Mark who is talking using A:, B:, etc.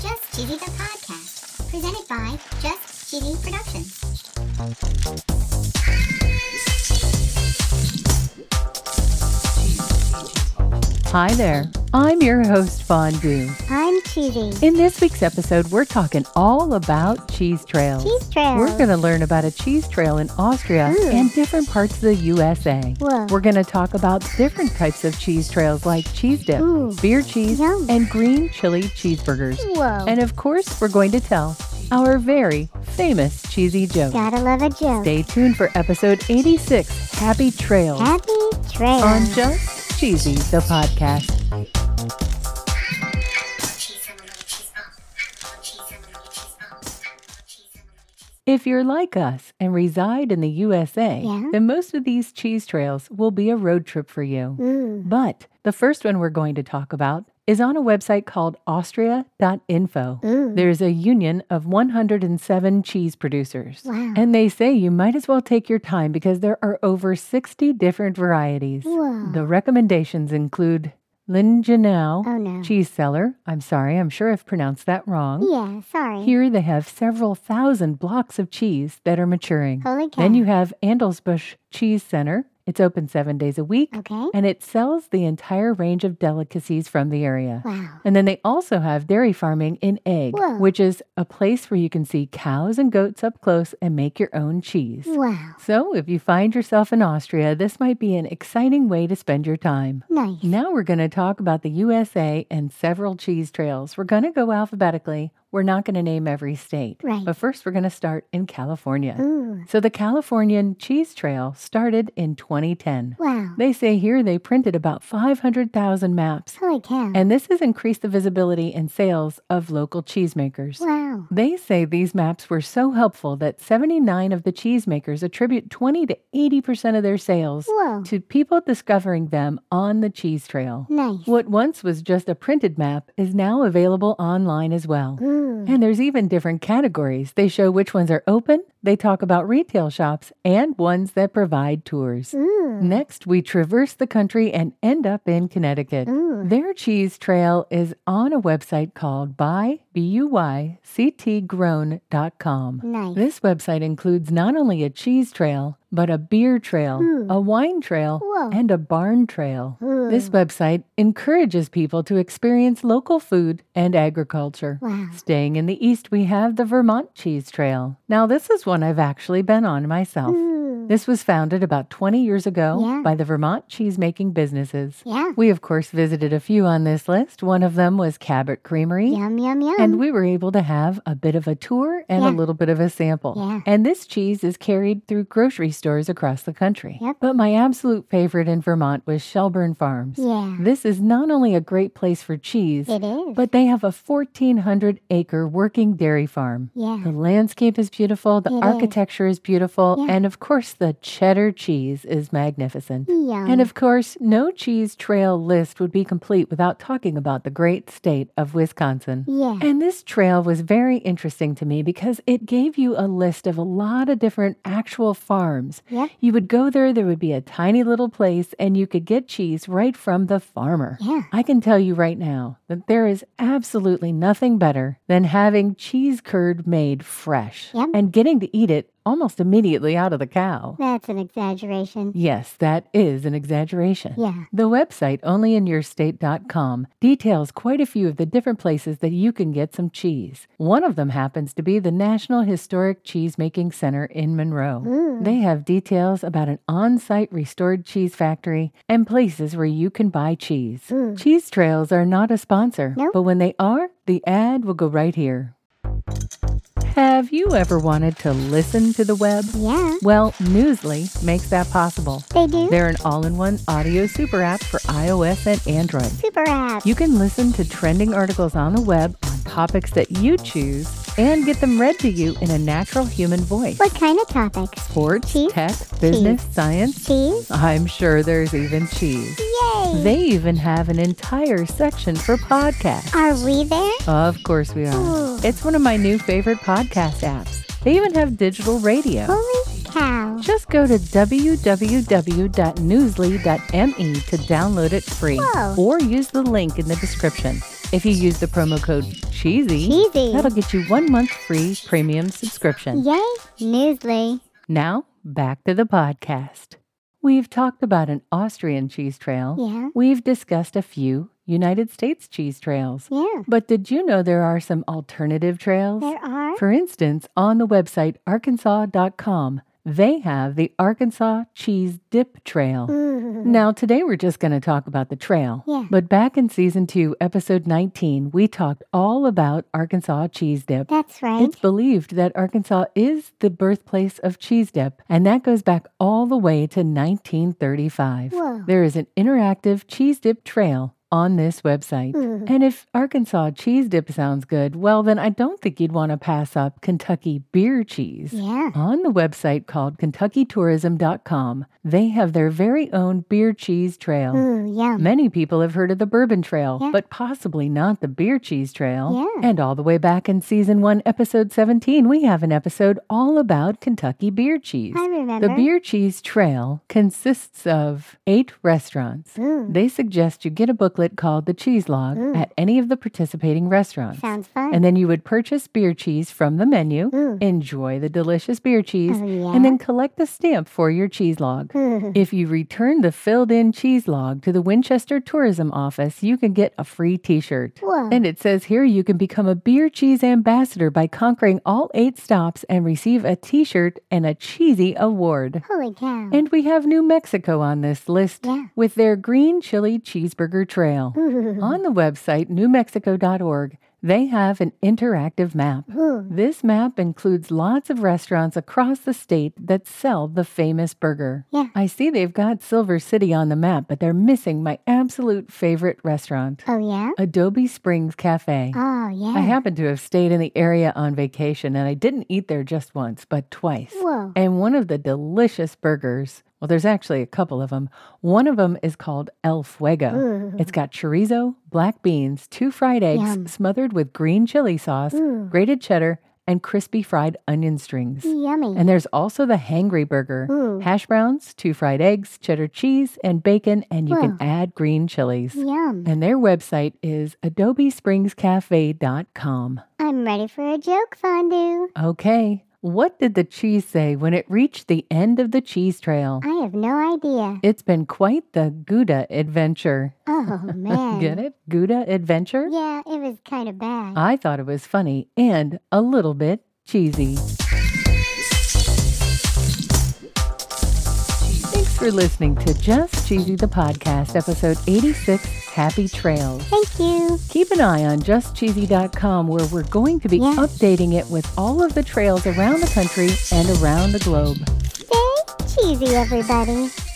A: Just Cheesy the Podcast, presented by Just Cheesy Productions.
B: Hi there. I'm your host, Fondue.
A: I'm Cheesy.
B: In this week's episode, we're talking all about cheese trails.
A: Cheese trails.
B: We're going to learn about a cheese trail in Austria
A: Ooh.
B: and different parts of the USA.
A: Whoa.
B: We're going to talk about different types of cheese trails like cheese dip,
A: Ooh.
B: beer cheese,
A: Yum.
B: and green chili cheeseburgers.
A: Whoa.
B: And of course, we're going to tell our very famous cheesy joke.
A: Gotta love a joke.
B: Stay tuned for episode 86 Happy Trails
A: Happy trail.
B: on Just Cheesy, the podcast. If you're like us and reside in the USA,
A: Yeah.
B: then most of these cheese trails will be a road trip for you.
A: Ooh.
B: But the first one we're going to talk about is on a website called austria.info.
A: Ooh.
B: There's a union of 107 cheese producers.
A: Wow.
B: And they say you might as well take your time because there are over 60 different varieties.
A: Whoa.
B: The recommendations include Lingenau
A: oh no.
B: cheese cellar. I'm sorry, I'm sure I've pronounced that wrong.
A: yeah, sorry.
B: Here they have several thousand blocks of cheese that are maturing.
A: Holy cow.
B: Then you have Andelsbusch Cheese Center. It's open seven days a week
A: Okay.
B: and it sells the entire range of delicacies from the area.
A: Wow.
B: And then they also have dairy farming in Egg,
A: Whoa.
B: which is a place where you can see cows and goats up close and make your own cheese.
A: Wow.
B: So, if you find yourself in Austria, this might be an exciting way to spend your time.
A: Nice.
B: Now we're going to talk about the USA and several cheese trails. We're going to go alphabetically. We're not going to name every state.
A: Right.
B: But first, we're going to start in California.
A: Ooh.
B: So the Californian Cheese Trail started in 2010.
A: Wow.
B: They say here they printed about 500,000 maps,
A: Holy cow.
B: and this has increased the visibility and sales of local cheesemakers.
A: wow.
B: They say these maps were so helpful that 79 of the cheesemakers attribute 20 to 80% of their sales
A: Whoa.
B: to people discovering them on the cheese trail.
A: Nice.
B: What once was just a printed map is now available online as well.
A: Ooh.
B: And there's even different categories. They show which ones are open, they talk about retail shops, and ones that provide tours.
A: Ooh.
B: Next, we traverse the country and end up in Connecticut.
A: Ooh.
B: Their cheese trail is on a website called by buyctgrown.com.
A: Nice.
B: This website includes not only a cheese trail, but a beer trail,
A: Ooh.
B: a wine trail,
A: Hmm. Whoa. Hmm.
B: and a barn trail.
A: Ooh.
B: This website encourages people to experience local food and agriculture.
A: Wow.
B: Staying in the east, we have the Vermont Cheese Trail. Now, this is one I've actually been on myself.
A: Ooh.
B: This was founded about 20 years ago
A: Hmm. Yeah.
B: by the Vermont cheesemaking businesses.
A: Yeah.
B: We, of course, visited a few on this list. One of them was Cabot Creamery.
A: Yum yum yum.
B: And we were able to have a bit of a tour and
A: Hmm. Yeah.
B: a little bit of a sample.
A: Yeah.
B: And this cheese is carried through grocery stores across the country.
A: Yep.
B: But my absolute favorite in Vermont was Shelburne Farms.
A: yeah.
B: This is not only a great place for cheese,
A: It is.
B: but they have a 1,400 acre working dairy farm.
A: yeah.
B: The landscape is beautiful, the
A: It is.
B: architecture is beautiful,
A: Yeah.
B: and of course, the cheddar cheese is magnificent.
A: Yum.
B: And of course, no cheese trail list would be complete without talking about the great state of Wisconsin.
A: yeah.
B: And this trail was very interesting to me because it gave you a list of a lot of different actual farms.
A: Yep.
B: You would go there, there would be a tiny little place, and you could get cheese right from the farmer.
A: Yeah.
B: I can tell you right now that there is absolutely nothing better than having cheese curd made fresh
A: Yum.
B: and getting to eat it almost immediately out of the cow.
A: That's an exaggeration.
B: Yes, that is an exaggeration.
A: Yeah.
B: The website onlyinyourstate.com details quite a few of the different places that you can get some cheese. One of them happens to be the National Historic Cheesemaking Center in Monroe.
A: Ooh.
B: They have details about an on site restored cheese factory and places where you can buy cheese.
A: Ooh.
B: Cheese Trails are not a sponsor,
A: No.
B: but when they are, the ad will go right here. Have you ever wanted to listen to the web?
A: Yeah.
B: Well, Newsly makes that possible.
A: They do.
B: They're an all in one audio super app for iOS and Android.
A: Super app.
B: You can listen to trending articles on the web on topics that you choose and get them read to you in a natural human voice.
A: what kind of topics?
B: sports,
A: Cheese?
B: tech, business, science.
A: Cheese?
B: I'm sure there's even cheese.
A: Yay!
B: They even have an entire section for podcasts.
A: Are we there?
B: Of course, we
A: Ooh.
B: are. It's one of my new favorite podcast apps. They even have digital radio.
A: Holy cow.
B: Just go to www.newsly.me to download it free
A: Whoa.
B: or use the link in the description. If you use the promo code CHEESY,
A: Cheesy.
B: that'll get you one month free premium subscription.
A: Yay, Newsly.
B: Now, back to the podcast. We've talked about an Austrian cheese trail.
A: Yeah.
B: We've discussed a few United States cheese trails.
A: Yeah.
B: But did you know there are some alternative trails?
A: There are.
B: For instance, on the website arkansas.com, they have the Arkansas Cheese Dip Trail.
A: Ooh.
B: Now, today we're just going to talk about the trail.
A: Mm-hmm. Yeah.
B: But back in season two, episode 19, we talked all about Arkansas cheese dip.
A: That's right.
B: It's believed that Arkansas is the birthplace of cheese dip, and that goes back all the way to 1935.
A: Whoa.
B: There is an interactive cheese dip trail on this website.
A: Ooh.
B: And if Arkansas cheese dip sounds good, well, then I don't think you'd want to pass up Kentucky beer cheese.
A: Yeah.
B: On the website called KentuckyTourism.com, they have their very own beer cheese trail.
A: Ooh, yum.
B: Many people have heard of the Bourbon Trail,
A: Yeah.
B: but possibly not the Beer Cheese Trail.
A: Yeah.
B: And all the way back in season one, episode 17, we have an episode all about Kentucky beer cheese.
A: I remember.
B: The Beer Cheese Trail consists of eight restaurants.
A: Ooh.
B: They suggest you get a booklet called The Cheese Log
A: Ooh.
B: at any of the participating restaurants.
A: Sounds fun.
B: And then you would purchase beer cheese from the menu,
A: Ooh.
B: enjoy the delicious beer cheese,
A: Mm. Oh, yeah. Mm-hmm.
B: and then collect a stamp for your cheese log.
A: Ooh.
B: If you return the filled in cheese log to the Winchester Tourism Office, you can get a free t shirt.
A: Whoa.
B: And it says here you can become a beer cheese ambassador by conquering all eight stops and receive a t shirt and a cheesy award.
A: Holy cow.
B: And we have New Mexico on this list
A: Mm-hmm. Yeah.
B: with their green chili cheeseburger trail.
A: Ooh.
B: On the website newmexico.org, they have an interactive map.
A: Ooh.
B: This map includes lots of restaurants across the state that sell the famous burger.
A: Yeah.
B: I see they've got Silver City on the map, but they're missing my absolute favorite restaurant,
A: Oh, yeah?
B: Adobe Springs Cafe.
A: Oh, yeah.
B: I happen to have stayed in the area on vacation and I didn't eat there just once, but twice.
A: Whoa.
B: And one of the delicious burgers, well, there's actually a couple of them. One of them is called El Fuego.
A: Ooh.
B: It's got chorizo, black beans, two fried eggs
A: Mm. Yum. Mm.
B: smothered with green chili sauce,
A: Ooh.
B: grated cheddar, and crispy fried onion strings.
A: Yummy.
B: And there's also the Hangry Burger
A: Ooh.
B: hash browns, two fried eggs, cheddar cheese, and bacon, and you can
A: Wow. Mm.
B: add green chilies.
A: Yum.
B: And their website is adobespringscafe.com.
A: I'm ready for a joke fondue.
B: Okay, what did the cheese say when it reached the end of the cheese trail?
A: I have no idea.
B: It's been quite the Gouda adventure.
A: Oh, man.
B: Get it? Uh, Gouda adventure?
A: Yeah, it was kind of bad.
B: I thought it was funny and a little bit cheesy. Thanks for listening to Just Cheesy the Podcast, episode 86 Happy Trails.
A: Thank you.
B: Keep an eye on justcheesy.com where we're going to be
A: Yeah.
B: updating it with all of the trails around the country and around the globe.
A: Stay cheesy, everybody.